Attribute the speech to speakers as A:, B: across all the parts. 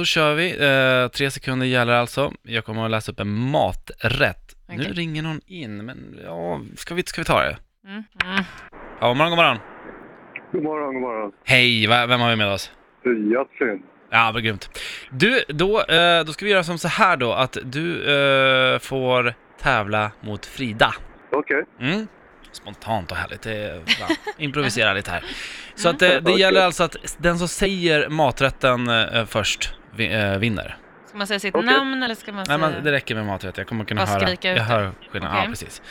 A: Då kör vi. Eh, tre sekunder gäller alltså. Jag kommer att läsa upp en maträtt. Nu
B: Okej.
A: ringer någon in, men ja, ska vi, ska vi ta det?
B: Mm. Mm.
A: Ja, god morgon, god morgon.
C: God morgon, god morgon.
A: Hej, va- vem har vi med oss?
C: Hyatlin.
A: Ja, vad grymt. Du, då, eh, då ska vi göra som så här då, att du eh, får tävla mot Frida.
C: Okej.
A: Mm. Spontant och härligt. Det är, ja, improvisera lite här. Så att, eh, det
C: Okej.
A: gäller alltså att den som säger maträtten eh, först vi- eh, vinner.
B: Ska man säga sitt
C: Okej.
B: namn eller ska man
A: Nej,
B: säga...
A: men det räcker med maträtt. Jag kommer kunna
B: Mm. Bara
A: höra.
B: skrika ut
A: Jag
B: det.
A: hör skillnaden. Ja,
B: Okej.
A: precis.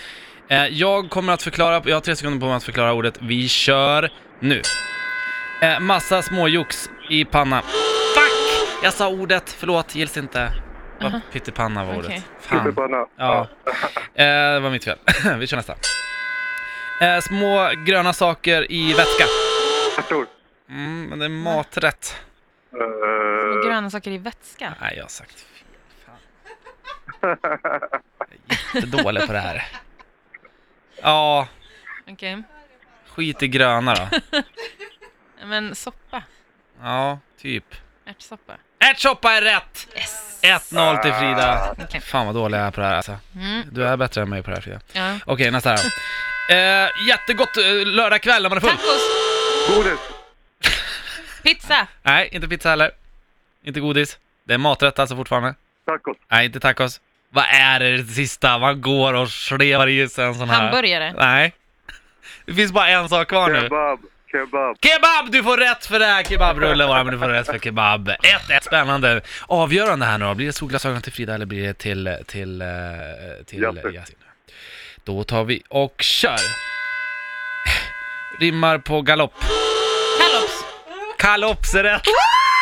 A: Eh, jag kommer att förklara. Jag har tre sekunder på mig att förklara ordet. Vi kör nu. Eh, massa småjox i panna. Fuck! Jag sa ordet. Förlåt, gills inte. Vad Pyttipanna var ordet.
B: Okej.
A: Fan.
C: Superpanna.
A: Ja. Eh, det var mitt fel. Vi kör nästa. Eh, små gröna saker i vätska.
C: Ärtor.
A: Mm, men det är maträtt.
B: Små
C: Uh,
B: gröna saker i vätska.
A: Nej, jag har sagt fel. Fan. Jag är jättedålig på det här. Ja,
B: Okej.
A: skit i gröna då.
B: Men soppa.
A: Ja, typ.
B: Ärtsoppa.
A: Ärtsoppa är rätt!
B: Yes!
A: 1-0 till Frida.
B: Okej.
A: Fan vad dålig jag är på det här alltså.
B: Mm.
A: Du är bättre än mig på det här Frida.
B: Ja.
A: Okej, nästa då. Eh, jättegott eh, lördagkväll när man är full.
B: Tacos!
C: godis.
B: Pizza!
A: Nej, inte pizza heller. Inte godis. Det är maträtt alltså fortfarande.
C: Tacos.
A: Nej, inte tacos. Vad är det sista? Man går och slevar i sig en sån här...
B: Hamburgare.
A: Nej. Det finns bara en sak kvar nu.
C: Kebab. Kebab.
A: Kebab! Du får rätt för det här kebabrullen bara, men du får rätt för kebab. 1-1, spännande. Avgörande här nu då. Blir det solglasögon till Frida eller blir det till, till, eh, till
C: Yasin.
A: Yasin? Då tar vi och kör. Rimmar på galopp.
B: Kallops!
A: Kalops är rätt.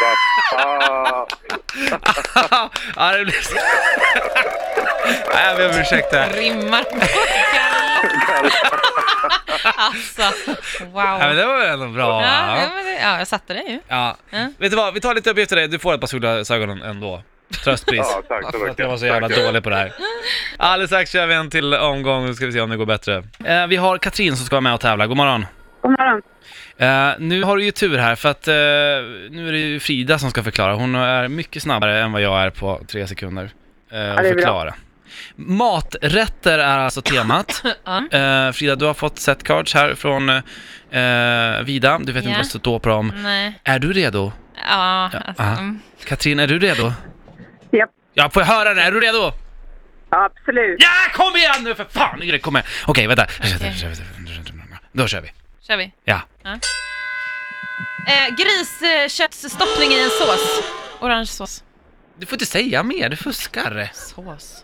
C: Vad fan.
A: ja, det blir så... Nej, jag ber om ursäkt där.
B: Rimmar på kallops. Alltså,
A: Nej, men
B: wow.
A: det var väl ändå bra?
B: Ja,
A: va?
B: ja, men det, ja, jag satte det ju.
A: Ja.
B: Ja.
A: Vet du vad, vi tar lite uppgift till dig. Du får ett par solglasögon ändå. Tröstpris.
C: Ja, tack så
A: För att
C: mycket.
A: jag var så jävla
C: Tack.
A: dålig på det här. Alldeles strax kör vi en till omgång, nu ska vi se om det går bättre. Eh, vi har Katrin som ska vara med och tävla, god morgon.
D: God morgon.
A: Eh, nu har du ju tur här för att eh, nu är det ju Frida som ska förklara. Hon är mycket snabbare än vad jag är på tre sekunder. Eh, att
D: det är bra.
A: förklara. Maträtter är alltså temat.
B: Ja.
A: Eh, Frida, du har fått set cards här från eh, Vida. Du vet
B: Ja.
A: inte vad det står på dem.
B: Nej.
A: Är du redo?
B: Ja, alltså.
A: aha.
B: mm.
A: Katrin, är du redo?
D: Japp.
A: Ja, får jag höra det? Är du redo?
D: Absolut.
A: Ja, kom igen nu för fan! Ingrid, kom igen. Okej, vänta. Då kör vi.
B: Kör vi.
A: Ja.
B: Eh, Grisköttsstoppning i en sås. Orange sås.
A: Du får inte säga mer, du fuskar.
B: Sås?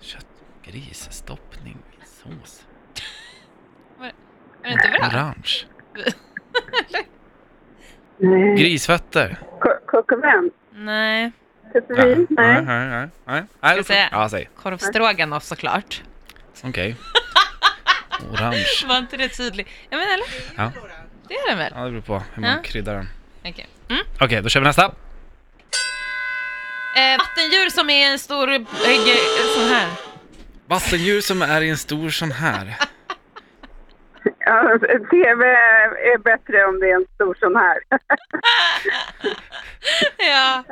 A: Kött, gris, stoppning, sås,
B: Är det inte bra?
A: orange. Grisfötter.
D: Ko- Kuckervän?
B: Nej.
D: Tutteri?
A: nej,
D: Typ Mm, Nej.
A: nej, nej. nej.
B: jag
A: nej.
B: säga?
A: Ja, säg.
B: Korvstroganoff såklart.
A: Okej. Orange.
B: Var inte det tydligt? Ja men eller?
A: Ja.
B: Det är den väl?
A: Ja, det beror på hur man
B: Ja.
A: kryddar den.
B: Okej. Mm.
A: Okej, då kör vi nästa.
B: Eh, vattendjur som är en stor... eh, ge- sån här.
A: Vattendjur som är i en stor sån här.
D: Ja, TV är bättre om det är en stor sån här.
B: Ja.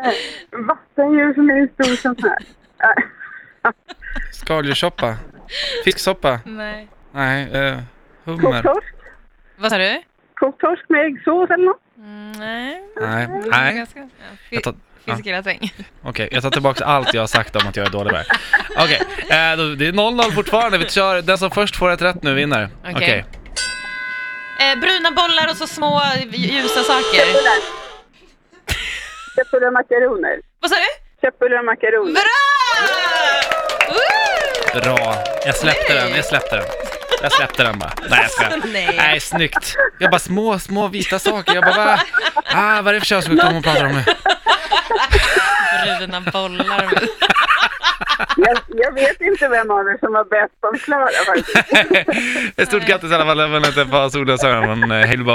D: Vattendjur som är en stor sån här. Ja.
A: Skaldjurssoppa. Fisksoppa.
B: Nej.
A: Nej, eh, hummer.
D: Kokt torsk?
B: Vad sa du?
D: Kokt torsk med äggsås eller något?
B: Mm, nej.
A: Nej,
B: Det var
A: nej.
B: ganska- ja, fi-
A: Jag tar- ja.
B: Fiskgratäng.
A: Okej, jag tar tillbaka allt jag har sagt om att jag är dålig på det här. Okej, eh, då- det är 0-0 fortfarande. Vi kör, den som först får ett rätt nu vinner. Okej.
B: Okej. Eh, bruna bollar och så små eh, ljusa saker.
D: Köttbullar. Köttbullar och makaroner.
B: Vad sa du?
D: Köttbullar och makaroner.
B: Bra! Woo!
A: Bra. Jag släppte den, jag släppte den. Jag släppte den bara. Nej, jag skojar.
B: Nej.
A: Nej, snyggt. Jag bara små, små vita saker. Jag bara, va? Ah, vad är det för könssjukdom hon pratar om nu?
B: Bruna bollar.
D: Jag, jag vet inte vem av er som var bäst på att förklara faktiskt.
A: Ett stort grattis i alla fall, även om det inte var solglasögon, men eh, hej då bara.